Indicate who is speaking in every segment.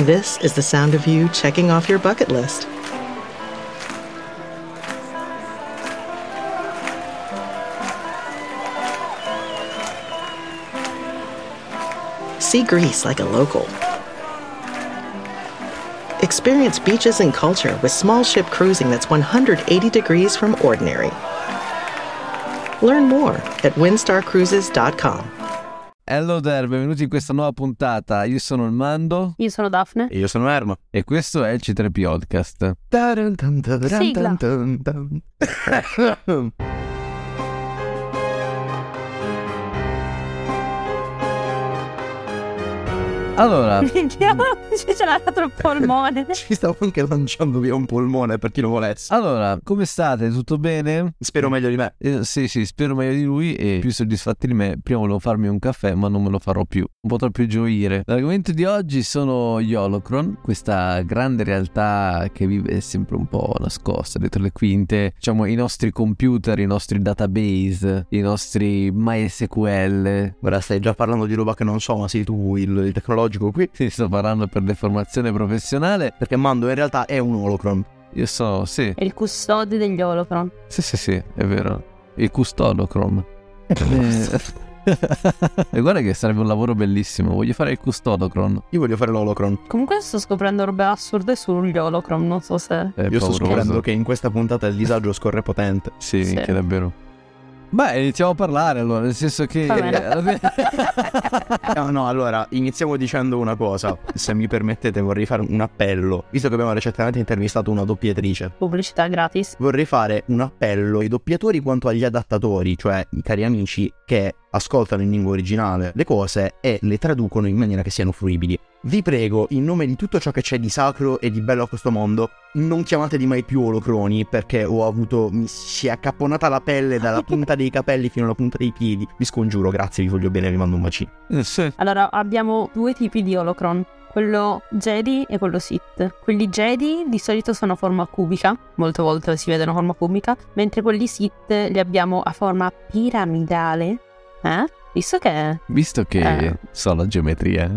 Speaker 1: This is the sound of you checking off your bucket list. See Greece like a local. Experience beaches and culture with small ship cruising that's 180 degrees from ordinary. Learn more at windstarcruises.com.
Speaker 2: Hello there, benvenuti in questa nuova puntata. Io sono il Mando
Speaker 3: Io sono Daphne.
Speaker 4: E io sono Ermo.
Speaker 2: e questo è il C3 Podcast.
Speaker 3: Sigla.
Speaker 2: Allora,
Speaker 3: Minchia, ce l'ha troppo il polmone.
Speaker 4: Ci stavo anche lanciando via un polmone per chi lo volesse.
Speaker 2: allora, come state? Tutto bene?
Speaker 4: Spero meglio di me.
Speaker 2: Eh, sì, sì, spero meglio di lui e più soddisfatti di me. Prima volevo farmi un caffè, ma non me lo farò più. Un po' troppo gioire. L'argomento di oggi sono gli Holocron, questa grande realtà che vive sempre un po' nascosta dietro le quinte. Diciamo, i nostri computer, i nostri database, i nostri MySQL.
Speaker 4: Ora stai già parlando di roba che non so, ma sei tu il, il tecnologico qui.
Speaker 2: Sì, sto parlando per deformazione professionale.
Speaker 4: Perché Mando in realtà è un holocron.
Speaker 2: Io so, sì,
Speaker 3: È il custode degli holocron.
Speaker 2: sì, sì, sì, è vero. Il custodo Chrome.
Speaker 4: Eh.
Speaker 2: e guarda che sarebbe un lavoro bellissimo. Voglio fare il custodo Chrome.
Speaker 4: Io voglio fare l'holocron.
Speaker 3: Comunque sto scoprendo robe assurde sugli holocron, non so se...
Speaker 2: È
Speaker 4: Io sto
Speaker 2: pauroso.
Speaker 4: scoprendo che in questa puntata il disagio scorre potente.
Speaker 2: Sì,
Speaker 3: Sì.
Speaker 2: minchia, davvero. Beh, iniziamo a parlare allora, nel senso che...
Speaker 3: Va
Speaker 4: eh,
Speaker 3: bene.
Speaker 4: No, no, allora, iniziamo dicendo una cosa. Se mi permettete vorrei fare un appello. Visto che abbiamo recentemente intervistato una doppiatrice.
Speaker 3: Pubblicità gratis.
Speaker 4: vorrei fare un appello ai doppiatori quanto agli adattatori, cioè i cari amici che ascoltano in lingua originale le cose e le traducono in maniera che siano fruibili. Vi prego, in nome di tutto ciò che c'è di sacro e di bello a questo mondo, non chiamatevi mai più Olocroni perché ho avuto. mi si è accapponata la pelle dalla punta dei capelli fino alla punta dei piedi. Vi scongiuro, grazie, vi voglio bene, vi mando un bacino.
Speaker 2: Sì.
Speaker 3: Allora, abbiamo due tipi di holocron. Quello Jedi e quello Sith. Quelli Jedi di solito sono a forma cubica, molte volte si vedono a forma cubica, mentre quelli Sith li abbiamo a forma piramidale. Eh? Visto che
Speaker 2: Visto che
Speaker 3: Eh.
Speaker 2: so la geometria. eh,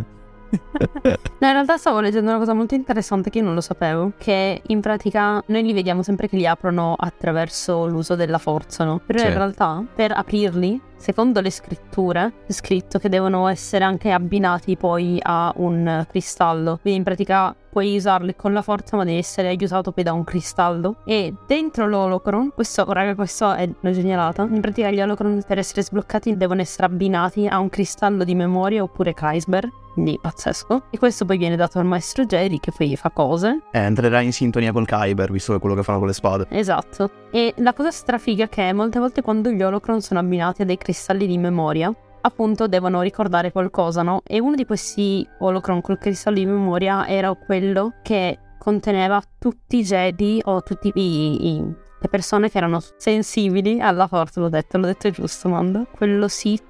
Speaker 3: No, in realtà stavo leggendo una cosa molto interessante che io non lo sapevo, che in pratica noi li vediamo sempre che li aprono attraverso l'uso della forza, no? Però
Speaker 2: Sì.
Speaker 3: in realtà per aprirli, secondo le scritture, è scritto che devono essere anche abbinati poi a un eh, cristallo. Quindi in pratica puoi usarli con la forza ma devi essere aiutato poi da un cristallo. E dentro l'holocron, questo, raga, questo è una genialata, in pratica gli holocron per essere sbloccati devono essere abbinati a un cristallo di memoria oppure Kreisberg. Quindi pazzesco. E questo poi viene dato al maestro Jerry che poi gli fa cose.
Speaker 4: Eh, entrerà in sintonia col Kyber, visto che è quello che fanno con le spade.
Speaker 3: Esatto. E la cosa strafiga è che molte volte quando gli holocron sono abbinati a dei cristalli di memoria, appunto devono ricordare qualcosa, no? E uno di questi holocron col cristallo di memoria era quello che conteneva tutti i Jedi o tutti i- i- le persone che erano sensibili alla forza, l'ho detto, l'ho detto giusto, Mando. Quello Sith...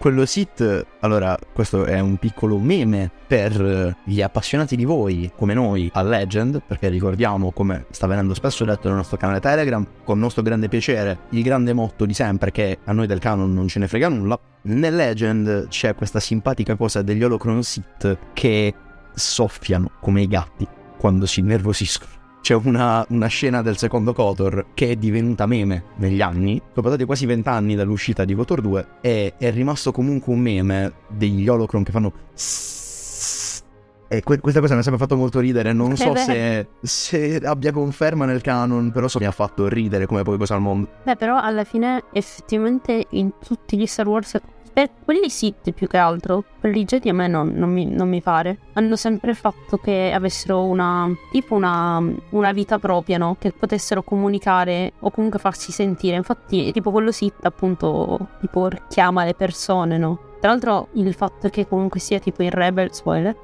Speaker 4: Quello sit, allora, questo è un piccolo meme per eh, gli appassionati di voi, come noi, a Legend, perché ricordiamo, come sta venendo spesso detto nel nostro canale Telegram, con nostro grande piacere, il grande motto di sempre che a noi del canon non ce ne frega nulla. Nel Legend c'è questa simpatica cosa degli holocron sit che soffiano come i gatti quando si nervosiscono. C'è una, una scena del secondo Kotor che è divenuta meme negli anni, sono passati quasi vent'anni dall'uscita di Kotor 2 e è rimasto comunque un meme degli holocron che fanno "Sss". e que- questa cosa mi ha sempre fatto molto ridere, non
Speaker 3: È
Speaker 4: so
Speaker 3: vero.
Speaker 4: se, se abbia conferma nel canon, però so che mi ha fatto ridere come poi cosa al mondo.
Speaker 3: Beh, però alla fine effettivamente in tutti gli Star Wars, per quelli Sith più che altro, quelli Jedi a me non, non mi, non mi pare, hanno sempre fatto che avessero una, tipo una, una vita propria, no? Che potessero comunicare o comunque farsi sentire. Infatti, tipo quello Sith appunto, tipo chiama le persone, no? Tra l'altro il fatto che comunque sia tipo in Rebel, spoiler,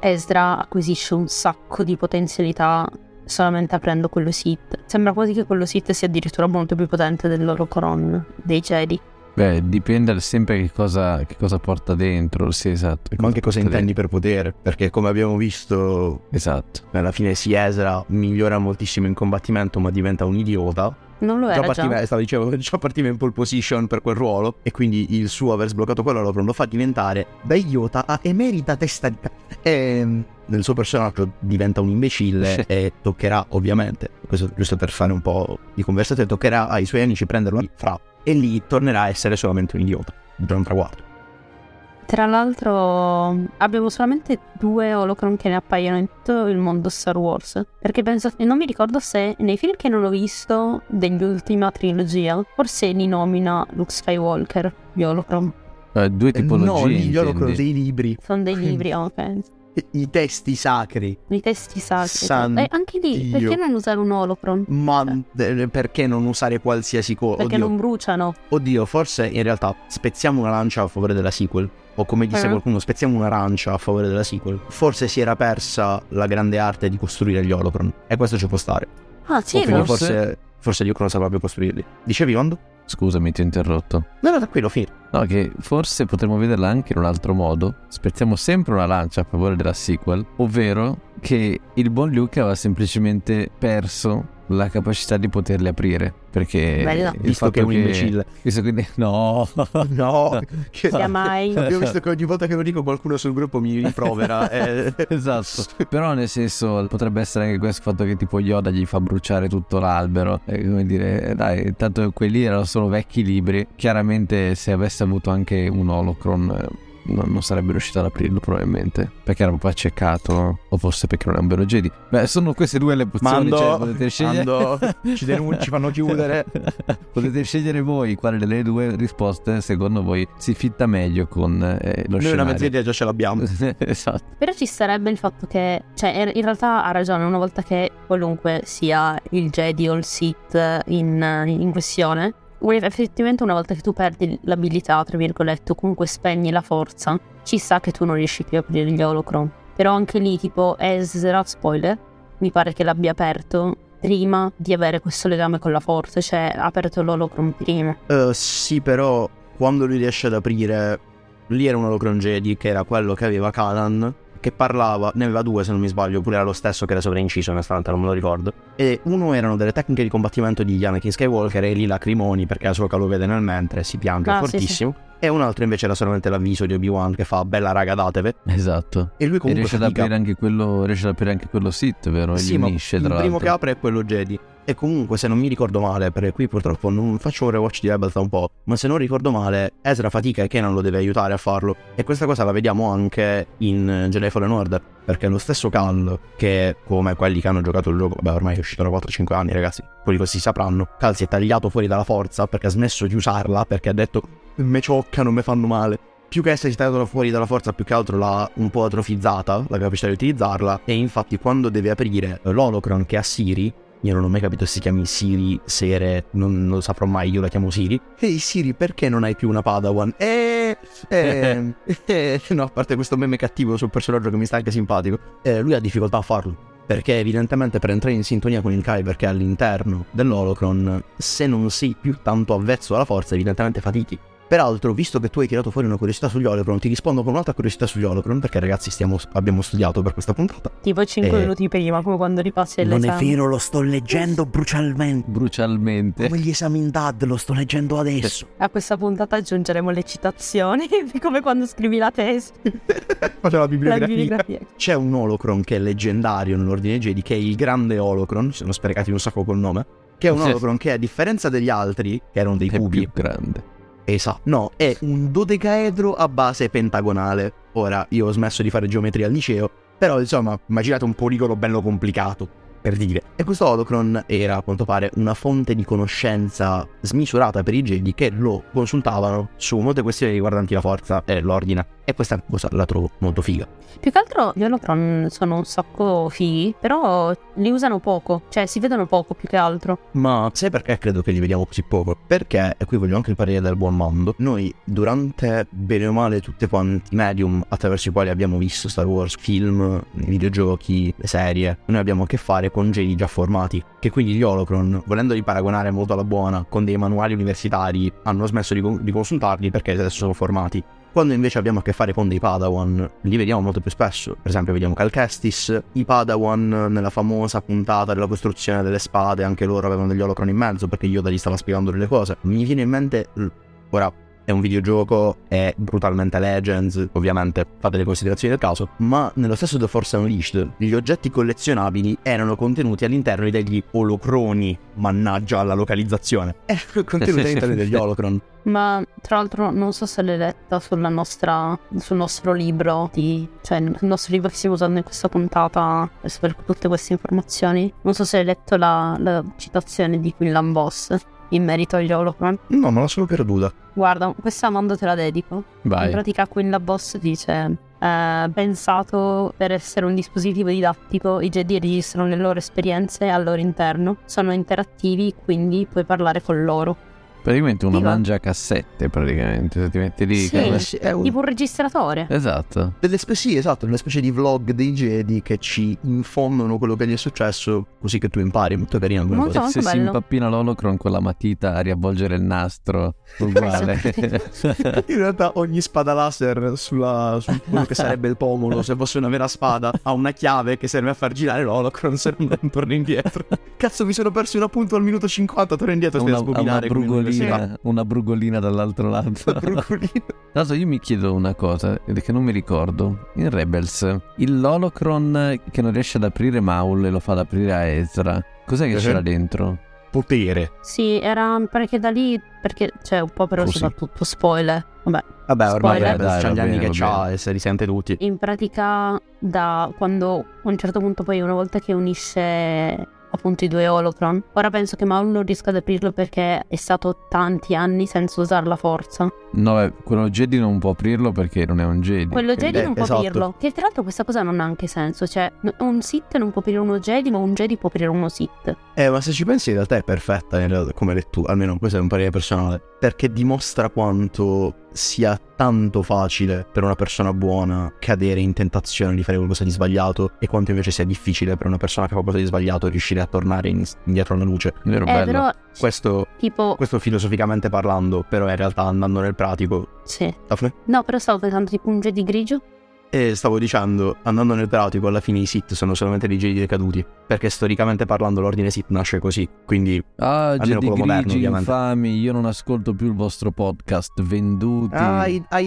Speaker 3: Ezra acquisisce un sacco di potenzialità solamente aprendo quello sit. Sembra quasi che quello sit sia addirittura molto più potente del loro coron dei Jedi.
Speaker 2: Beh, dipende sempre che cosa, che cosa porta dentro. Sì, esatto. che
Speaker 4: Ma anche cosa
Speaker 2: porta
Speaker 4: intendi per potere, perché come abbiamo visto
Speaker 2: dentro. Esatto.
Speaker 4: alla fine si Ezra migliora moltissimo in combattimento ma diventa un idiota
Speaker 3: Non lo
Speaker 4: Già
Speaker 3: era
Speaker 4: partiva,
Speaker 3: già.
Speaker 4: stavo dicevo, già partiva in pole position per quel ruolo e quindi il suo aver sbloccato quello Holocron lo fa diventare da idiota a emerita testa di cazzo. E nel suo personaggio diventa un imbecille e toccherà ovviamente, questo giusto per fare un po' di conversazione, toccherà ai suoi amici prenderlo in fra e lì tornerà a essere solamente un idiota, già un traguardo.
Speaker 3: Tra l'altro abbiamo solamente due holocron che ne appaiono in tutto il mondo Star Wars. Perché penso, e non mi ricordo se nei film che non ho visto dell'ultima trilogia, forse li nomina Luke Skywalker, gli holocron.
Speaker 2: Eh, due tipologie.
Speaker 4: no, gli Holocron
Speaker 2: intendi.
Speaker 4: dei libri,
Speaker 3: Sono dei libri, ok.
Speaker 4: i testi sacri,
Speaker 3: I testi sacri. cioè.
Speaker 4: Santo
Speaker 3: e anche lì,
Speaker 4: Dio.
Speaker 3: perché non usare un
Speaker 4: Boh,
Speaker 3: holocron?
Speaker 4: ma eh, perché non usare qualsiasi cosa?
Speaker 3: Perché non bruciano.
Speaker 4: Oddio, forse in realtà spezziamo una lancia a favore della sequel. O come disse
Speaker 3: Eh.
Speaker 4: qualcuno, spezziamo una lancia a favore della sequel. Forse si era persa la grande arte di costruire gli holocron. E questo ci può stare.
Speaker 3: Ah,
Speaker 4: O
Speaker 3: sì,
Speaker 4: quindi
Speaker 3: no?
Speaker 2: forse-
Speaker 4: forse, forse Luke non sapeva più costruirli. Dicevi, Ondo?
Speaker 2: Scusami, ti ho interrotto.
Speaker 4: No, no, tranquillo, finito.
Speaker 2: No, che forse potremmo vederla anche in un altro modo. Spezziamo sempre una lancia a favore della sequel, ovvero che il buon Luke aveva semplicemente perso la capacità di poterli aprire. Perché
Speaker 3: Bello.
Speaker 2: il
Speaker 4: Visto
Speaker 2: fatto
Speaker 4: che è un imbecille.
Speaker 2: visto che- no,
Speaker 4: No, che...
Speaker 3: Sia mai.
Speaker 4: Abbiamo visto che ogni volta che lo dico qualcuno sul gruppo mi riprovera. eh.
Speaker 2: Esatto. Però nel senso potrebbe essere anche questo fatto che tipo Yoda gli fa bruciare tutto l'albero. E come dire, eh, dai, tanto quelli erano solo vecchi libri. Chiaramente se avesse avuto anche un holocron eh, non, non sarebbe riuscito ad aprirlo probabilmente. Perché era proprio accecato. O forse perché non è un vero Jedi. Beh, sono queste due le opzioni.
Speaker 4: Mando,
Speaker 2: cioè, potete scegliere.
Speaker 4: Mando, ci denun- ci fanno chiudere.
Speaker 2: potete scegliere voi quale delle due risposte secondo voi si fitta meglio con eh, lo
Speaker 4: Noi una
Speaker 2: scenario.
Speaker 4: mezz'idea già ce l'abbiamo.
Speaker 2: esatto.
Speaker 3: Però ci sarebbe il fatto che, cioè, er- in realtà ha ragione, una volta che qualunque sia il Jedi o il Sith in, in questione, un- effettivamente una volta che tu perdi l'abilità, tra virgolette, o comunque spegni la forza, ci sa che tu non riesci più a aprire gli holocron. Però anche lì, tipo, Ezra, spoiler, mi pare che l'abbia aperto prima di avere questo legame con la forza, cioè ha aperto l'holocron prima.
Speaker 4: Eh, sì, però quando lui riesce ad aprire, lì era un Holocron Jedi che era quello che aveva Kalan, che parlava, ne aveva due se non mi sbaglio, oppure era lo stesso che era sovrainciso, onestamente non me lo ricordo. E uno erano delle tecniche di combattimento di Anakin Skywalker e lì lacrimoni perché la sua lo vede nel mentre e si piange
Speaker 3: Ah, sì,
Speaker 4: fortissimo. E un altro invece era solamente l'avviso di Obi-Wan che fa bella raga dateve.
Speaker 2: Esatto.
Speaker 4: E lui
Speaker 2: E
Speaker 4: comunque
Speaker 2: riesce ad,
Speaker 4: fatica.
Speaker 2: aprire anche quello, riesce ad aprire anche quello sit, vero?
Speaker 4: Sì,
Speaker 2: Gli
Speaker 4: ma
Speaker 2: unisce,
Speaker 4: il
Speaker 2: tra
Speaker 4: primo che
Speaker 2: l'altro.
Speaker 4: apre è quello Jedi. E comunque, se non mi ricordo male, perché qui purtroppo non faccio un rewatch di Rebels da un po', ma se non ricordo male, Ezra fatica e Kenan lo deve aiutare a farlo. E questa cosa la vediamo anche in eh, Jedi Fallen Order, perché lo stesso Cal, che come quelli che hanno giocato il gioco, beh ormai è uscito da 4-5 anni ragazzi, quelli così sapranno, Cal si è tagliato fuori dalla forza perché ha smesso di usarla, perché ha detto me cioccano, me fanno male. Più che essere tagliato fuori dalla forza, più che altro l'ha un po' atrofizzata, la capacità di utilizzarla. E infatti, quando deve aprire l'Holocron che ha Siri, io non ho mai capito se si chiami Siri, Sere, non, non lo saprò mai, io la chiamo Siri. Ehi Siri, perché non hai più una Padawan? Eh, eh, eh, no, a parte questo meme cattivo sul personaggio che mi sta anche simpatico, eh, lui ha difficoltà a farlo. Perché evidentemente per entrare in sintonia con il Kyber che è all'interno dell'Holocron, se non sei più tanto avvezzo alla forza, evidentemente fatichi. Peraltro, visto che tu hai tirato fuori una curiosità sugli Holocron, ti rispondo con un'altra curiosità sugli Holocron, perché ragazzi stiamo- abbiamo studiato per questa puntata.
Speaker 3: Tipo 5
Speaker 4: Eh,
Speaker 3: minuti prima, come quando ripassi
Speaker 5: Non
Speaker 3: l'esame.
Speaker 5: è vero, lo sto leggendo brucialmente.
Speaker 2: Brucialmente.
Speaker 5: Come gli esami in DAD, lo sto leggendo adesso.
Speaker 3: A questa puntata aggiungeremo le citazioni, come quando scrivi la tesi,
Speaker 4: Faccio la
Speaker 3: la bibliografia.
Speaker 4: C'è un Holocron che è leggendario nell'ordine Jedi, che è il grande Holocron, si sono sprecati un sacco col nome, che è un
Speaker 2: Sì.
Speaker 4: Holocron che a differenza degli altri, che erano dei
Speaker 2: È
Speaker 4: cubi,
Speaker 2: più grande.
Speaker 4: Esatto. No, è un dodecaedro a base pentagonale. Ora, io ho smesso di fare geometria al liceo, però insomma, immaginate un poligono bello complicato, per dire. E questo Holocron era, a quanto pare, una fonte di conoscenza smisurata per i Jedi che lo consultavano su molte questioni riguardanti la forza e l'ordine. E questa cosa la trovo molto figa.
Speaker 3: Più che altro gli holocron sono un sacco fighi, però li usano poco, cioè si vedono poco più che altro.
Speaker 4: Ma sai perché credo che li vediamo così poco? Perché, e qui voglio anche il parere del buon mondo, noi durante bene o male tutti quanti i medium attraverso i quali abbiamo visto Star Wars, film, videogiochi, le serie, noi abbiamo a che fare con geni già formati, che quindi gli Holocron, volendoli paragonare molto alla buona con dei manuali universitari, hanno smesso di, con- di consultarli perché adesso sono formati. Quando invece abbiamo a che fare con dei Padawan, li vediamo molto più spesso. Per esempio, vediamo Calcestis, i Padawan nella famosa puntata della costruzione delle spade, anche loro avevano degli holocron in mezzo perché Yoda gli stava spiegando delle cose. Mi viene in mente. l- Ora, è un videogioco, è brutalmente Legends, ovviamente fate le considerazioni del caso, ma nello stesso The Force Unleashed gli oggetti collezionabili erano contenuti all'interno degli holocroni, mannaggia alla localizzazione, erano Eh, contenuti all'interno degli holocron.
Speaker 3: Ma tra l'altro non so se l'hai letta sulla nostra, sul nostro libro, di, cioè il nostro libro che stiamo usando in questa puntata eh, per tutte queste informazioni. Non so se hai letto la, la citazione di Quillan Boss in merito agli holocron.
Speaker 4: No, ma l'ho solo perduta.
Speaker 3: Guarda, questa Amando te la dedico. In
Speaker 2: Vai.
Speaker 3: pratica Quillan Boss dice... eh, pensato per essere un dispositivo didattico, i Jedi registrano le loro esperienze al loro interno, sono interattivi quindi puoi parlare con loro.
Speaker 2: Praticamente una
Speaker 3: Viva.
Speaker 2: mangiacassette, praticamente. Se ti metti lì...
Speaker 3: Sì.
Speaker 2: che-
Speaker 3: Eh,
Speaker 4: è un-
Speaker 3: Tipo un registratore.
Speaker 2: Esatto.
Speaker 4: delle spe- sì, esatto, una specie di vlog dei Jedi che ci infondono quello che gli è successo, così che tu impari. Molto carino come
Speaker 3: Molto-
Speaker 4: cosa.
Speaker 2: se si
Speaker 3: bello.
Speaker 2: impappina l'holocron con la matita a riavvolgere il nastro, uguale.
Speaker 3: Esatto.
Speaker 4: In realtà ogni spada laser sulla, su quello che sarebbe il pomolo, se fosse una vera spada, ha una chiave che serve a far girare l'holocron se no non torna indietro. Cazzo, mi sono perso un appunto al minuto 50, torno indietro e stai
Speaker 2: una,
Speaker 4: a
Speaker 2: ha una
Speaker 4: sbobinare. come l'università.
Speaker 2: brugolina, una brugolina dall'altro lato.
Speaker 4: La brugolina.
Speaker 2: Tra l'altro io mi chiedo una cosa, ed è che non mi ricordo. In Rebels, il Lolocron che non riesce ad aprire Maul e lo fa ad aprire a Ezra, cos'è che
Speaker 4: Mhm.
Speaker 2: c'era dentro?
Speaker 4: Potere.
Speaker 3: Sì, era perché da lì, perché cioè un po' però
Speaker 2: Così.
Speaker 3: soprattutto spoiler. Vabbè,
Speaker 4: Vabbè, ormai
Speaker 3: Spoiler.
Speaker 4: vabbè,
Speaker 2: Dai,
Speaker 4: c'ha
Speaker 2: va
Speaker 4: gli anni
Speaker 2: bene,
Speaker 4: che
Speaker 2: va
Speaker 4: c'ha
Speaker 2: bene.
Speaker 4: e se li sente tutti.
Speaker 3: in pratica da quando a un certo punto poi una volta che unisce appunto i due holocron, ora penso che Maul non riesca ad aprirlo perché è stato tanti anni senza usare la forza.
Speaker 2: No, eh, quello Jedi non può aprirlo perché non è un Jedi.
Speaker 3: Quello Jedi
Speaker 4: eh,
Speaker 3: non può
Speaker 4: esatto.
Speaker 3: aprirlo. Che tra l'altro questa cosa non ha anche senso, cioè n- un Sith non può aprire uno Jedi, ma un Jedi può aprire uno Sith.
Speaker 4: Eh, ma se ci pensi, in realtà è perfetta in realtà, come lettura, almeno questo è un parere personale, perché dimostra quanto sia tanto facile per una persona buona cadere in tentazione di fare qualcosa di sbagliato e quanto invece sia difficile per una persona che fa qualcosa di sbagliato riuscire a tornare in- indietro alla luce.
Speaker 2: Vero,
Speaker 3: Eh,
Speaker 2: bello.
Speaker 3: però
Speaker 4: Questo,
Speaker 3: tipo
Speaker 4: questo filosoficamente parlando, però in realtà andando nel pratico...
Speaker 3: sì.
Speaker 4: Daphne?
Speaker 3: No, però stavo pensando tipo un Jedi grigio.
Speaker 4: E Eh, stavo dicendo, andando nel pratico, alla fine i Sith sono solamente dei Jedi decaduti, perché storicamente parlando l'ordine Sith nasce così, quindi
Speaker 2: Ah,
Speaker 4: almeno
Speaker 2: Jedi
Speaker 4: quello moderno,
Speaker 2: grigi,
Speaker 4: ovviamente.
Speaker 2: infami, io non ascolto più il vostro podcast, venduti.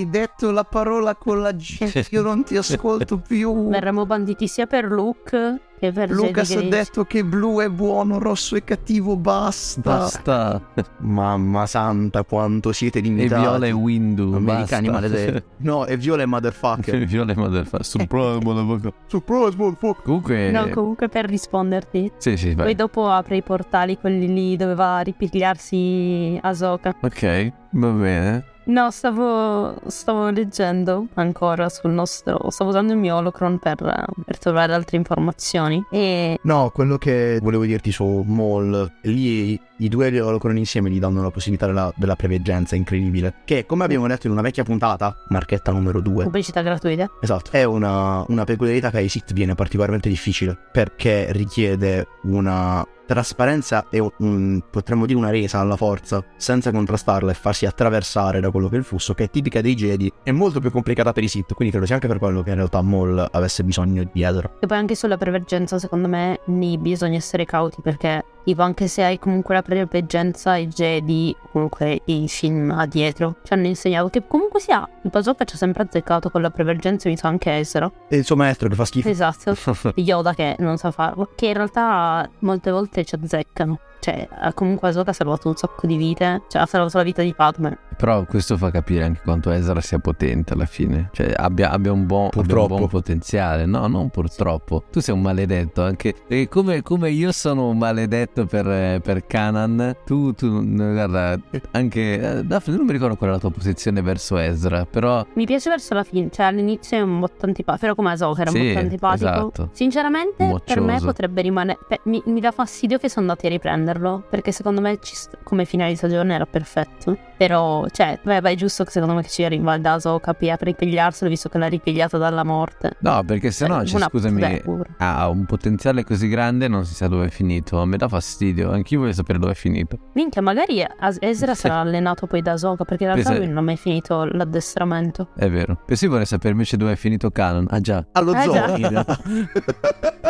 Speaker 4: detto la parola con la G, io non ti ascolto più.
Speaker 3: Verremo banditi sia per Luke che per Jedi grigio.
Speaker 4: che blu è buono, rosso è cattivo,
Speaker 2: Basta.
Speaker 4: Mamma santa, quanto siete
Speaker 2: E
Speaker 4: limitati.
Speaker 2: Viola e Windu.
Speaker 4: Americani
Speaker 2: basta.
Speaker 4: maledetti. Eh. No, e viola è motherfucker.
Speaker 2: E Viola e Motherfucker. Supremo, motherfucker.
Speaker 4: Surprise, motherfucker.
Speaker 2: Comunque...
Speaker 3: No, comunque per risponderti.
Speaker 2: Sì, sì, Eh. vai.
Speaker 3: Poi dopo apre i portali, quelli lì dove va a ripigliarsi Ahsoka.
Speaker 2: Ok, va bene.
Speaker 3: No, stavo, stavo leggendo ancora sul nostro... Stavo usando il mio holocron per, eh, per trovare altre informazioni. E
Speaker 4: No, quello che volevo dirti su Maul, lì i- i due holocron insieme gli danno la possibilità della, della preveggenza incredibile, che come abbiamo detto in una vecchia puntata, marchetta numero 2,
Speaker 3: pubblicità gratuita.
Speaker 4: Esatto, è una, una peculiarità che ai SIT viene particolarmente difficile perché richiede una trasparenza e un- un- potremmo dire una resa alla forza senza contrastarla e farsi attraversare da quello che è il flusso che è tipica dei Jedi è molto più complicata per i SIT quindi credo sia anche per quello che in realtà Maul avesse bisogno di Ezra
Speaker 3: E poi anche sulla prevergenza, secondo me, lì bisogna essere cauti perché, tipo, anche se hai comunque la prevergenza, i Jedi, comunque i film a dietro, ci hanno insegnato che comunque sia, il Bazooka ci ha sempre azzeccato con la prevergenza e mi sa anche essere.
Speaker 4: e il suo maestro che fa schifo
Speaker 3: Esatto. Yoda che non sa farlo, che in realtà molte volte ci azzeccano. Cioè, eh, comunque Ahsoka ha salvato un sacco di vite, cioè ha salvato la vita di Padme.
Speaker 2: Però questo fa capire anche quanto Ezra sia potente alla fine. Cioè abbia, abbia un, buon, abbia un
Speaker 4: Purtroppo.
Speaker 2: buon potenziale. No, non purtroppo. Tu sei un maledetto anche. perché come, come io sono un maledetto per, eh, per Kanan, tu, tu, no, guarda, anche... eh, Daphne, non mi ricordo qual è la tua posizione verso Ezra, però...
Speaker 3: Mi piace verso la fine, cioè all'inizio è un botto antipatico, però come Ahsoka era un
Speaker 2: Sì,
Speaker 3: botto antipatico.
Speaker 2: esatto.
Speaker 3: Sinceramente per me
Speaker 2: Moccioso.
Speaker 3: potrebbe rimanere, pe- mi, mi dà fastidio che sono andati a prenderlo, perché secondo me ci st- come finale di stagione era perfetto. Però, cioè, beh, beh, è giusto che secondo me che ci arriva il daso capì a ripigliarselo, visto che l'ha ripigliata dalla morte.
Speaker 2: No, perché se no,
Speaker 3: Eh,
Speaker 2: cioè,
Speaker 3: una
Speaker 2: scusami,
Speaker 3: puttana pure.
Speaker 2: ha un potenziale così grande non si sa dove è finito. A me dà fastidio, anch'io voglio sapere dove è finito.
Speaker 3: Minchia, magari As- Ezra
Speaker 2: Sì.
Speaker 3: sarà allenato poi da Soka, perché in realtà
Speaker 2: Pensa-
Speaker 3: lui non ha mai finito l'addestramento.
Speaker 2: È vero. Perché vorrei sapere invece dove è finito Canon. Ah già.
Speaker 4: Allo
Speaker 3: Eh,
Speaker 4: zoo,
Speaker 3: già.
Speaker 4: in realtà.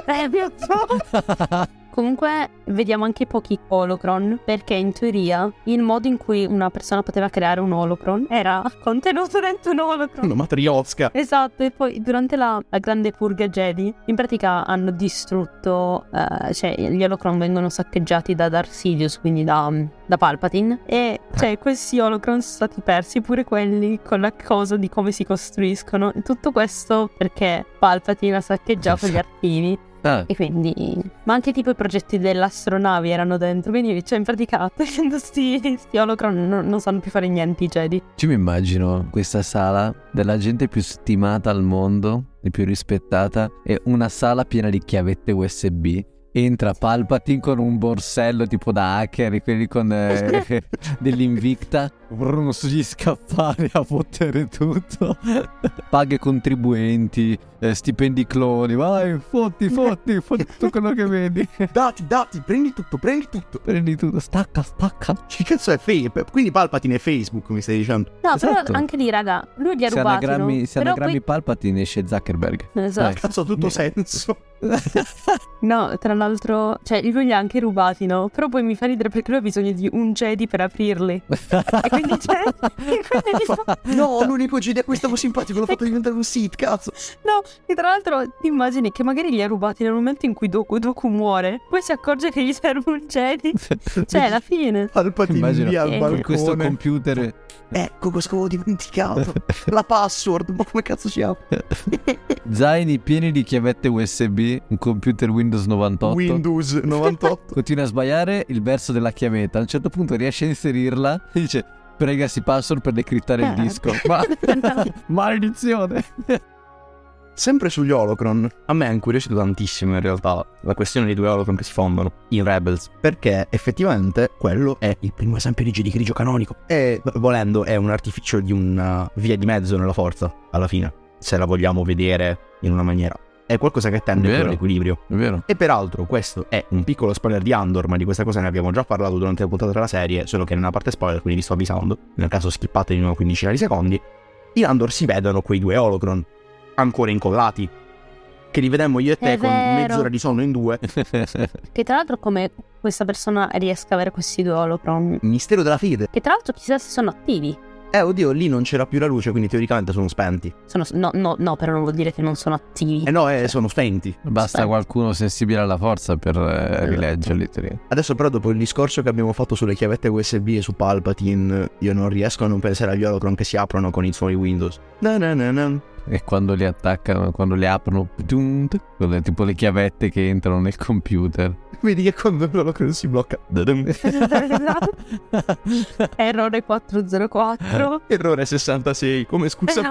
Speaker 3: Eh, mio Dio. Comunque vediamo anche pochi holocron perché in teoria il modo in cui una persona poteva creare un holocron era contenuto dentro un holocron.
Speaker 4: Una matriosca.
Speaker 3: Esatto, e poi durante la, la grande purga Jedi, in pratica hanno distrutto, eh, cioè gli Holocron vengono saccheggiati da Darth Sidious, quindi da, da Palpatine, e cioè questi Holocron sono stati persi, pure quelli con la cosa di come si costruiscono, e tutto questo perché Palpatine ha saccheggiato gli archivi,
Speaker 2: Ah,
Speaker 3: e quindi... Ma anche tipo i progetti dell'astronavi erano dentro, quindi cioè in pratica, facendo sti, sti Holocron non, non sanno più fare niente i Jedi.
Speaker 2: Ci mi immagino questa sala della gente più stimata al mondo e più rispettata e una sala piena di chiavette USB. Entra Palpatine con un borsello tipo da hacker, quelli con eh, dell'Invicta, vroom sugli scaffali a fottere tutto. Paghe contribuenti, eh, stipendi cloni, vai, fotti, fotti, fotti tutto quello che vedi.
Speaker 4: Dati, dati, prendi tutto, prendi tutto.
Speaker 2: Prendi tutto, stacca, stacca.
Speaker 4: Che cazzo è Facebook? Quindi Palpatine è Facebook, mi stai dicendo.
Speaker 3: No,
Speaker 2: Esatto.
Speaker 3: però anche lì, raga, lui li ha
Speaker 2: Se
Speaker 3: rubati. no?
Speaker 2: anagrammi, se
Speaker 3: Però
Speaker 2: anagrammi Palpatine esce Zuckerberg.
Speaker 3: poi... Esatto.
Speaker 2: Dai.
Speaker 4: Cazzo, ha tutto senso.
Speaker 3: No, tra l'altro, cioè, lui li ha anche rubati, no? Però poi mi fa ridere perché lui ha bisogno di un Jedi per aprirli. E quindi c'è. e quindi gli fa-
Speaker 4: No, l'unico GD a cui stavo simpatico l'ho fatto diventare un sit, cazzo.
Speaker 3: No, e tra l'altro, ti immagini che magari li ha rubati nel momento in cui Doku, Doku muore. Poi si accorge che gli serve un Jedi. Cioè, alla fine.
Speaker 4: Palpatine
Speaker 2: Immagino
Speaker 4: via al
Speaker 3: con
Speaker 2: Con
Speaker 4: balcone.
Speaker 2: questo computer
Speaker 4: Ecco cosa avevo dimenticato. La password, ma come cazzo si apre?
Speaker 2: Zaini pieni di chiavette USB, un computer Windows 98.
Speaker 4: Windows 98.
Speaker 2: Continua a sbagliare il verso della chiavetta. A un certo punto riesce a inserirla e dice pregasi password per decrittare il
Speaker 3: Ah.
Speaker 2: disco. Ma maledizione!
Speaker 4: Sempre sugli holocron, a me ha incuriosito tantissimo in realtà la questione dei due holocron che si fondono in Rebels, perché effettivamente quello è il primo esempio di Jedi grigio canonico e volendo è un artificio di una via di mezzo nella forza, alla fine, se la vogliamo vedere in una maniera. È qualcosa che tende
Speaker 2: Vero.
Speaker 4: all'equilibrio.
Speaker 2: È vero.
Speaker 4: E peraltro questo è un piccolo spoiler di Andor, ma di questa cosa ne abbiamo già parlato durante la puntata della serie, solo che è una parte spoiler, quindi vi sto avvisando, nel caso skippate di una quindicina di secondi, in Andor si vedono quei due holocron, ancora incollati, che li vedemmo io e te
Speaker 3: È
Speaker 4: con
Speaker 3: vero.
Speaker 4: mezz'ora di sonno in due.
Speaker 3: Che tra l'altro, come questa persona riesca a avere questi due holocron.
Speaker 4: Mistero della fede.
Speaker 3: Che tra l'altro, chissà se sono attivi.
Speaker 4: Eh, oddio, lì non c'era più la luce, quindi teoricamente sono spenti.
Speaker 3: Sono, no, no, no, però non vuol dire che non sono attivi.
Speaker 4: Eh no, eh, sono spenti.
Speaker 2: Basta
Speaker 3: Aspetta.
Speaker 2: qualcuno sensibile alla forza per eh, rileggerli. te li-
Speaker 4: Adesso però dopo il discorso che abbiamo fatto sulle chiavette USB e su Palpatine, io non riesco a non pensare agli holocron che si aprono con i suoni Windows. Na na na na.
Speaker 2: E quando li attaccano, quando li aprono, tum, tum, quelle- tipo le chiavette che entrano nel computer.
Speaker 4: Vedi che quando l'holocron si blocca. da-dum.
Speaker 3: Esatto. Errore 404.
Speaker 4: Errore 66, come
Speaker 2: Eh,
Speaker 4: scusa.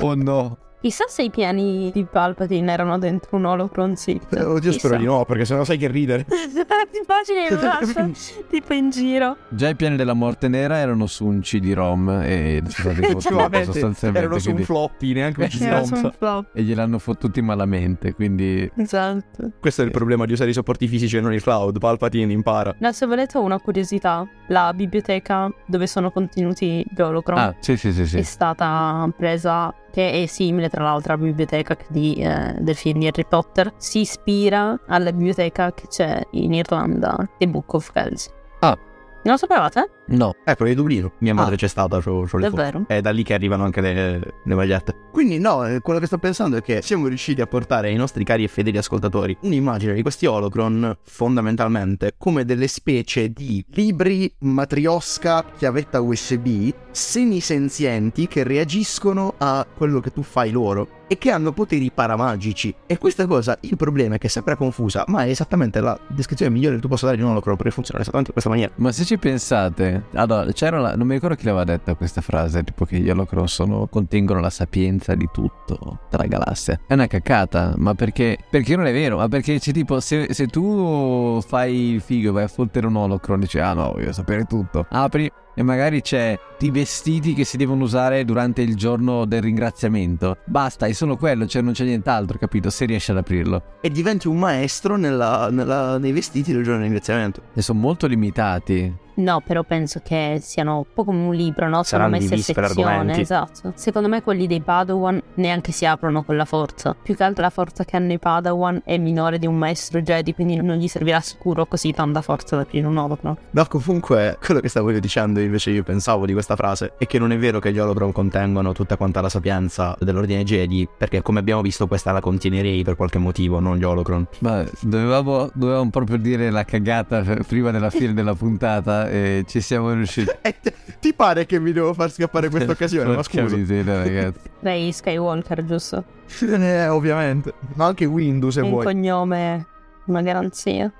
Speaker 2: oh no!
Speaker 3: Chissà se i piani di Palpatine erano dentro un holocron sit.
Speaker 4: Eh, Oddio, spero di no, perché sennò sai che ridere.
Speaker 3: Ti immagini che lo lascia tipo in giro.
Speaker 2: Già i piani della morte nera erano su un CD-ROM e sono stati fottuti
Speaker 4: Effettivamente,
Speaker 2: sostanzialmente.
Speaker 4: erano su un
Speaker 2: quindi-
Speaker 4: floppy, neanche un
Speaker 2: Eh,
Speaker 3: Era
Speaker 4: CD-ROM.
Speaker 3: su un flop.
Speaker 2: e gliel'hanno fottuti malamente, quindi...
Speaker 3: Esatto.
Speaker 4: Questo è il problema di usare i supporti fisici e non i cloud. Palpatine impara.
Speaker 3: No, se volete ho una curiosità, la biblioteca dove sono contenuti gli holocron
Speaker 2: Ah, sì, sì, sì,
Speaker 3: è
Speaker 2: sì.
Speaker 3: stata presa, che è simile tra l'altro alla biblioteca che di, eh, del film di Harry Potter, si ispira alla biblioteca che c'è in Irlanda, The Book of Kells.
Speaker 2: Ah.
Speaker 3: Non lo sapevate?
Speaker 2: No,
Speaker 4: Eh, quello di Dublino. Mia madre
Speaker 2: Ah.
Speaker 4: c'è stata, c'ho, c'ho le foto.
Speaker 3: Davvero?
Speaker 4: È da lì che arrivano anche le, le magliette. Quindi, no, eh, quello che sto pensando è che siamo riusciti a portare ai nostri cari e fedeli ascoltatori un'immagine di questi holocron fondamentalmente come delle specie di libri matriosca chiavetta USB semisenzienti che reagiscono a quello che tu fai loro. e che hanno poteri paramagici. E questa cosa, il problema è che è sempre confusa, ma è esattamente la descrizione migliore che tu possa dare di un holocron perché funziona esattamente in questa maniera.
Speaker 2: Ma se ci pensate, allora c'era la, non mi ricordo chi l'aveva detta questa frase, tipo che gli Holocron sono, contengono la sapienza di tutto tra galassie. È una cacata, ma perché? Perché non è vero, ma perché c'è tipo se, se tu fai il figo, vai a fottere un Holocron, dici ah no, voglio sapere tutto. Apri e magari c'è i vestiti che si devono usare durante il giorno del ringraziamento. Basta, è solo quello, cioè non c'è nient'altro, capito? Se riesci ad aprirlo.
Speaker 4: E diventi un maestro nella- nella- nei vestiti del giorno di ringraziamento.
Speaker 2: E sono molto limitati.
Speaker 3: No, però penso che siano un po' come un libro, no? Sono
Speaker 4: Saranno
Speaker 3: messi a
Speaker 4: divisi per
Speaker 3: sezione,
Speaker 4: argomenti.
Speaker 3: esatto. Secondo me quelli dei Padawan neanche si aprono con la forza. Più che altro la forza che hanno i Padawan è minore di un maestro Jedi, quindi non gli servirà sicuro così tanta forza ad aprire un holocron.
Speaker 4: No, comunque, quello che stavo io dicendo invece io pensavo di questa frase è che non è vero che gli holocron contengono tutta quanta la sapienza dell'ordine Jedi, perché come abbiamo visto questa la contiene Rey per qualche motivo, non gli holocron.
Speaker 2: Ma dovevamo, dovevamo proprio dire la cagata prima della fine della puntata e ci siamo riusciti.
Speaker 4: E te- Eh, ti pare che mi devo far scappare questa occasione? Ma
Speaker 2: Porca
Speaker 4: scusa.
Speaker 2: miseria, ragazzi.
Speaker 3: Dai, Skywalker, giusto?
Speaker 4: Eh, ovviamente. Ma anche Windows se
Speaker 3: È un
Speaker 4: vuoi.
Speaker 3: cognome, una garanzia.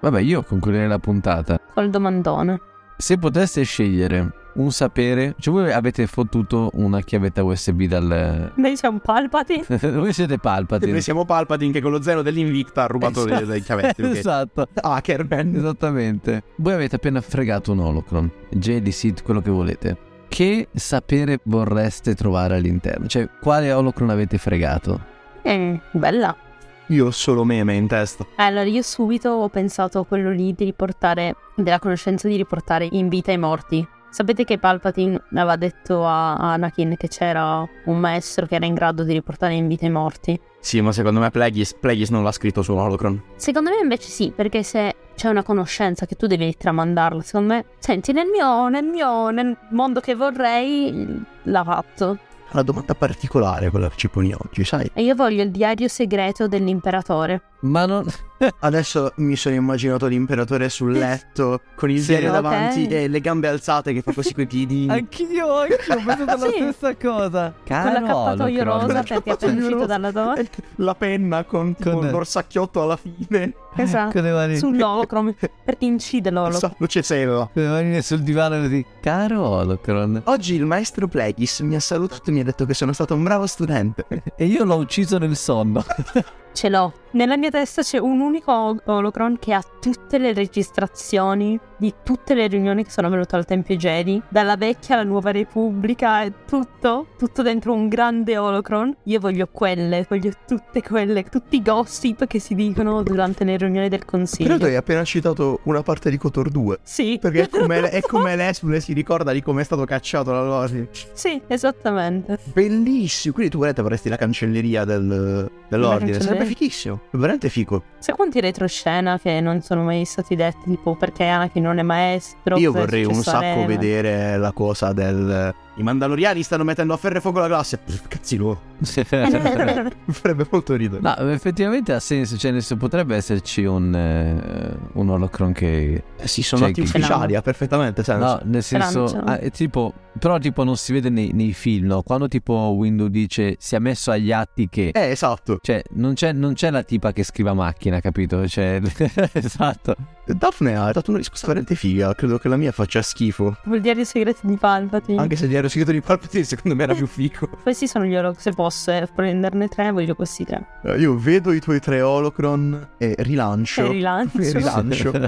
Speaker 2: Vabbè, io concluderei la puntata.
Speaker 3: Col domandone.
Speaker 2: Se poteste scegliere un sapere, cioè voi avete fottuto una chiavetta USB dal...
Speaker 3: Noi siamo Palpatine.
Speaker 2: voi siete Palpatine.
Speaker 4: Noi siamo Palpatine che con lo zero dell'Invicta ha rubato dai- dai chiavetti. ok?
Speaker 2: Esatto.
Speaker 4: Ah, Kerben.
Speaker 2: Esattamente. Voi avete appena fregato un holocron, Jedi Seed, quello che volete. Che sapere vorreste trovare all'interno? Cioè, quale holocron avete fregato?
Speaker 3: Eh, bella.
Speaker 4: Io ho solo meme in testa.
Speaker 3: Allora, io subito ho pensato a quello lì di riportare, della conoscenza di riportare in vita i morti. Sapete che Palpatine aveva detto a a Anakin che c'era un maestro che era in grado di riportare in vita i morti?
Speaker 4: Sì, ma secondo me Plagueis, Plagueis non l'ha scritto su un holocron.
Speaker 3: Secondo me invece sì, perché se c'è una conoscenza che tu devi tramandarla, secondo me, senti, nel mio, nel mio, nel mondo che vorrei, l'ha fatto.
Speaker 4: È una domanda particolare quella che ci poni oggi, sai?
Speaker 3: E io voglio il diario segreto dell'imperatore.
Speaker 2: Ma non...
Speaker 4: Adesso mi sono immaginato l'imperatore sul letto con il
Speaker 2: Sì.
Speaker 4: sedere
Speaker 3: Ok.
Speaker 4: davanti e le gambe alzate che fa così coi piedini.
Speaker 2: Anch'io, anch'io, ho pensato
Speaker 3: Sì.
Speaker 2: cosa. Esatto.
Speaker 3: Con l'accappatoio
Speaker 2: Holocron.
Speaker 3: rosa perché è appena
Speaker 4: Cappatoio
Speaker 3: uscito
Speaker 4: rosa.
Speaker 3: dalla torre.
Speaker 4: La penna con, tipo,
Speaker 2: Con-
Speaker 4: il borsacchiotto alla fine.
Speaker 3: Esatto.
Speaker 2: Con le mani,
Speaker 3: Sull'olocrom. Perché incide l'olocrom.
Speaker 4: Sa- Luce Sella.
Speaker 2: con le mani sul divano così. Caro Holocron.
Speaker 3: Oh.
Speaker 4: Oggi il maestro Plagueis mi ha salutato e mi ha detto che sono stato un bravo studente.
Speaker 2: E io l'ho ucciso nel sonno.
Speaker 3: Ce l'ho. Nella mia testa c'è un unico holocron che ha tutte le registrazioni di tutte le riunioni che sono avvenute al Tempio Jedi, dalla vecchia alla nuova Repubblica e tutto, tutto dentro un grande holocron. Io voglio quelle, voglio tutte quelle, tutti i gossip che si dicono durante le riunioni del consiglio.
Speaker 4: Però tu hai appena citato una parte di Kotor 2.
Speaker 3: Sì.
Speaker 4: Perché è come, è come Lesule si ricorda di come è stato cacciato la Lori.
Speaker 3: Sì, esattamente.
Speaker 4: Oh, Bellissimo. Quindi tu veramente avresti la cancelleria del, dell'ordine.
Speaker 3: cancelleria.
Speaker 4: Sarebbe fichissimo. È veramente fico.
Speaker 3: Sai quanti retroscena che non sono mai stati detti, tipo perché Anakin non è maestro?
Speaker 4: Io
Speaker 3: cosa è
Speaker 4: vorrei un
Speaker 3: successo a
Speaker 4: sacco
Speaker 3: Revan?
Speaker 4: vedere la cosa del. I Mandaloriani stanno mettendo a ferro e fuoco la classe. Pff, Cazzi loro.
Speaker 2: Eh,
Speaker 4: Mi farebbe molto ridere.
Speaker 2: No, effettivamente ha senso, cioè nel senso, potrebbe esserci un, eh, un holocron che...
Speaker 4: sì, sono
Speaker 2: Cioè,
Speaker 4: atti
Speaker 2: chi-
Speaker 4: ufficiali, ha perfettamente senso.
Speaker 2: No, nel senso...
Speaker 3: Francia.
Speaker 2: ah, è tipo, però tipo non si vede nei, nei film, no? Quando tipo Windows dice si è messo agli atti che...
Speaker 4: Eh, esatto.
Speaker 2: Cioè, non c'è, non c'è la tipa che scrive a macchina, capito? Cioè, esatto.
Speaker 4: Daphne ha dato una risposta veramente figa. Credo che la mia faccia schifo.
Speaker 3: Tipo il diario segreto di Palpatine.
Speaker 4: Anche se il segreto di Palpatine, secondo me era più figo.
Speaker 3: Questi sono gli oro. Se posso eh, prenderne tre, voglio questi tre.
Speaker 4: Eh, Io vedo i tuoi tre holocron e
Speaker 3: Cioè,
Speaker 4: rilancio.
Speaker 3: rilancio.
Speaker 4: E rilancio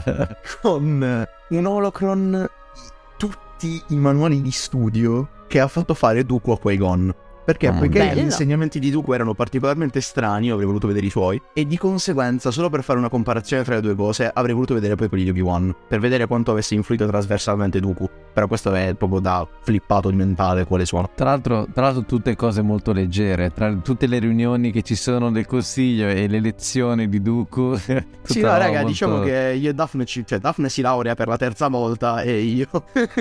Speaker 4: con eh, un holocron di tutti i manuali di studio che ha fatto fare Dooku a Qui-Gon. Perché
Speaker 2: Mm.
Speaker 4: poiché
Speaker 3: Bello.
Speaker 4: gli insegnamenti di Dooku erano particolarmente strani, io avrei voluto vedere i suoi, e di conseguenza, solo per fare una comparazione fra le due cose, avrei voluto vedere poi quelli di Obi-Wan, per vedere quanto avesse influito trasversalmente Dooku. Però questo è proprio da flippato di mentale quale suono.
Speaker 2: Tra l'altro, tra l'altro tutte cose molto leggere, tra tutte le riunioni che ci sono del consiglio e le lezioni di Dooku.
Speaker 4: Sì, no, raga, diciamo che io e Daphne, ci- cioè Daphne si laurea per la terza volta e io,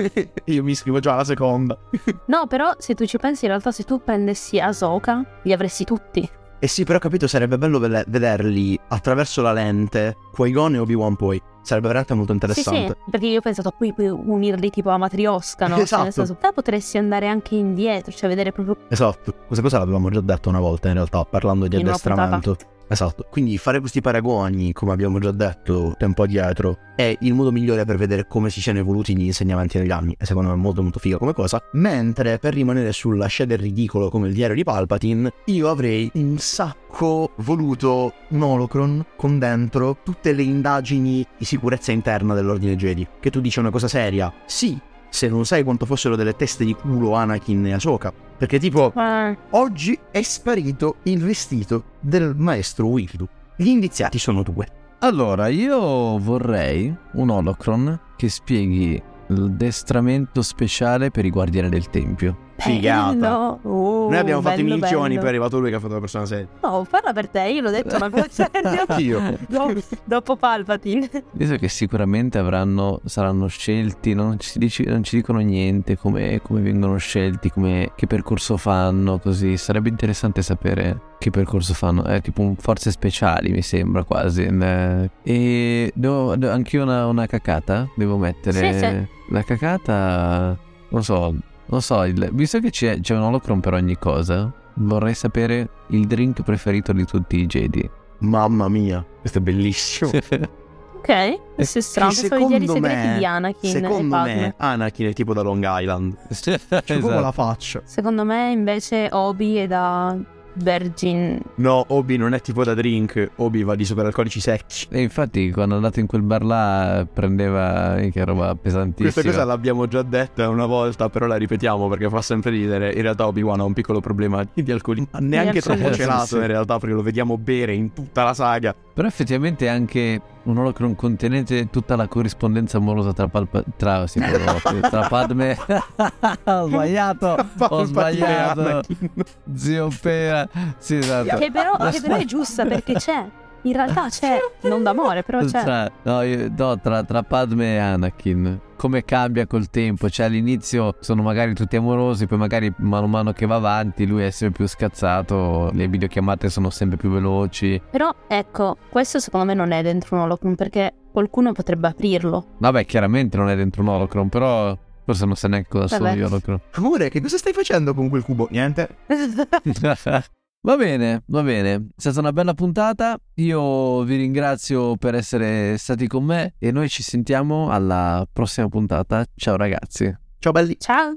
Speaker 4: io mi iscrivo già alla seconda.
Speaker 3: No, però, se tu ci pensi, in realtà, se tu prendessi Ahsoka, li avresti tutti.
Speaker 4: E sì, però capito, sarebbe bello vele- vederli attraverso la lente, Qui-Gon e Obi-Wan poi. Sarebbe veramente molto
Speaker 3: Sì,
Speaker 4: interessante.
Speaker 3: sì, perché io ho pensato qui puoi unirli tipo a Matriosca, no? Cioè,
Speaker 4: Esatto.
Speaker 3: nel senso, poi potresti andare anche indietro, cioè vedere proprio
Speaker 4: Esatto, questa cosa l'avevamo già detto una volta in realtà, parlando di
Speaker 3: In una
Speaker 4: addestramento. Esatto, quindi fare questi paragoni, come abbiamo già detto tempo addietro, è il modo migliore per vedere come si siano evoluti gli insegnamenti negli anni, e secondo me è molto molto figa come cosa, mentre per rimanere sulla scia del ridicolo come il diario di Palpatine, io avrei un sacco voluto un holocron con dentro tutte le indagini di sicurezza interna dell'ordine Jedi, che tu dici una cosa seria, sì, se non sai quanto fossero delle teste di culo Anakin e Ahsoka, perché tipo...
Speaker 3: eh,
Speaker 4: Oggi è sparito il vestito del maestro Wirdu. Gli indiziati sono due.
Speaker 2: Allora, io vorrei un holocron che spieghi l'addestramento speciale per i guardiani del tempio.
Speaker 4: Figata.
Speaker 3: bello. Oh,
Speaker 4: Noi abbiamo fatto
Speaker 3: bello,
Speaker 4: i milioni,
Speaker 3: bello.
Speaker 4: poi è arrivato lui che ha fatto la persona seria.
Speaker 3: No, parla per te, io l'ho detto una cosa
Speaker 4: Io.
Speaker 3: dopo, dopo Palpatine.
Speaker 2: Visto che sicuramente avranno, saranno scelti, non ci, dici- non ci dicono niente come, come vengono scelti, come, che percorso fanno, così. Sarebbe interessante sapere che percorso fanno. È tipo un forze speciali, mi sembra quasi. Eh, E devo, devo- anch'io una, una cacata? Devo mettere
Speaker 3: Sì, sì.
Speaker 2: la cacata. Non so, non so, il- visto che c'è, c'è un holocron per ogni cosa, vorrei sapere il drink preferito di tutti i Jedi.
Speaker 4: Mamma mia, questo è bellissimo.
Speaker 3: Ok, questo è strano,
Speaker 4: Eh, Che
Speaker 3: pensavo i diari
Speaker 4: secondo
Speaker 3: segreti
Speaker 4: me-
Speaker 3: di Anakin e
Speaker 4: Secondo
Speaker 3: Padme.
Speaker 4: me Anakin è tipo da Long Island. C'è proprio la
Speaker 2: Esatto.
Speaker 4: faccia.
Speaker 3: Secondo me invece Obi è da Virgin.
Speaker 4: No, Obi non è tipo da drink. Obi va di superalcolici secchi.
Speaker 2: E infatti quando è andato in quel bar là prendeva eh, che roba pesantissima.
Speaker 4: Questa cosa l'abbiamo già detta una volta, però la ripetiamo perché fa sempre ridere. In realtà Obi-Wan ha un piccolo problema di alcolismo. Neanche troppo
Speaker 2: alcolismo.
Speaker 4: celato
Speaker 2: Sì, sì.
Speaker 4: in realtà perché lo vediamo bere in tutta la saga.
Speaker 2: Però effettivamente è anche un holocron contenente tutta la corrispondenza amorosa tra, Palpa- tra, sì, proprio, tra Padme... ho sbagliato, ho sbagliato. Zio Pera. Sì, esatto.
Speaker 3: Che però, che però è giusta perché c'è. In realtà c'è, non d'amore, però c'è.
Speaker 2: Tra, no, io- no, tra, tra Padme e Anakin. Come cambia col tempo? Cioè, all'inizio sono magari tutti amorosi, poi magari mano a mano che va avanti, lui è sempre più scazzato. Le videochiamate sono sempre più veloci.
Speaker 3: Però ecco, questo secondo me non è dentro un holocron perché qualcuno potrebbe aprirlo.
Speaker 2: Vabbè, chiaramente non è dentro un holocron, però forse non sa neanche cosa sono
Speaker 3: Vabbè.
Speaker 2: gli holocron.
Speaker 4: Amore, che cosa stai facendo con quel cubo? Niente.
Speaker 2: Va bene, va bene, è stata una bella puntata, io vi ringrazio per essere stati con me e noi ci sentiamo alla prossima puntata, ciao ragazzi.
Speaker 4: Ciao belli.
Speaker 3: Ciao!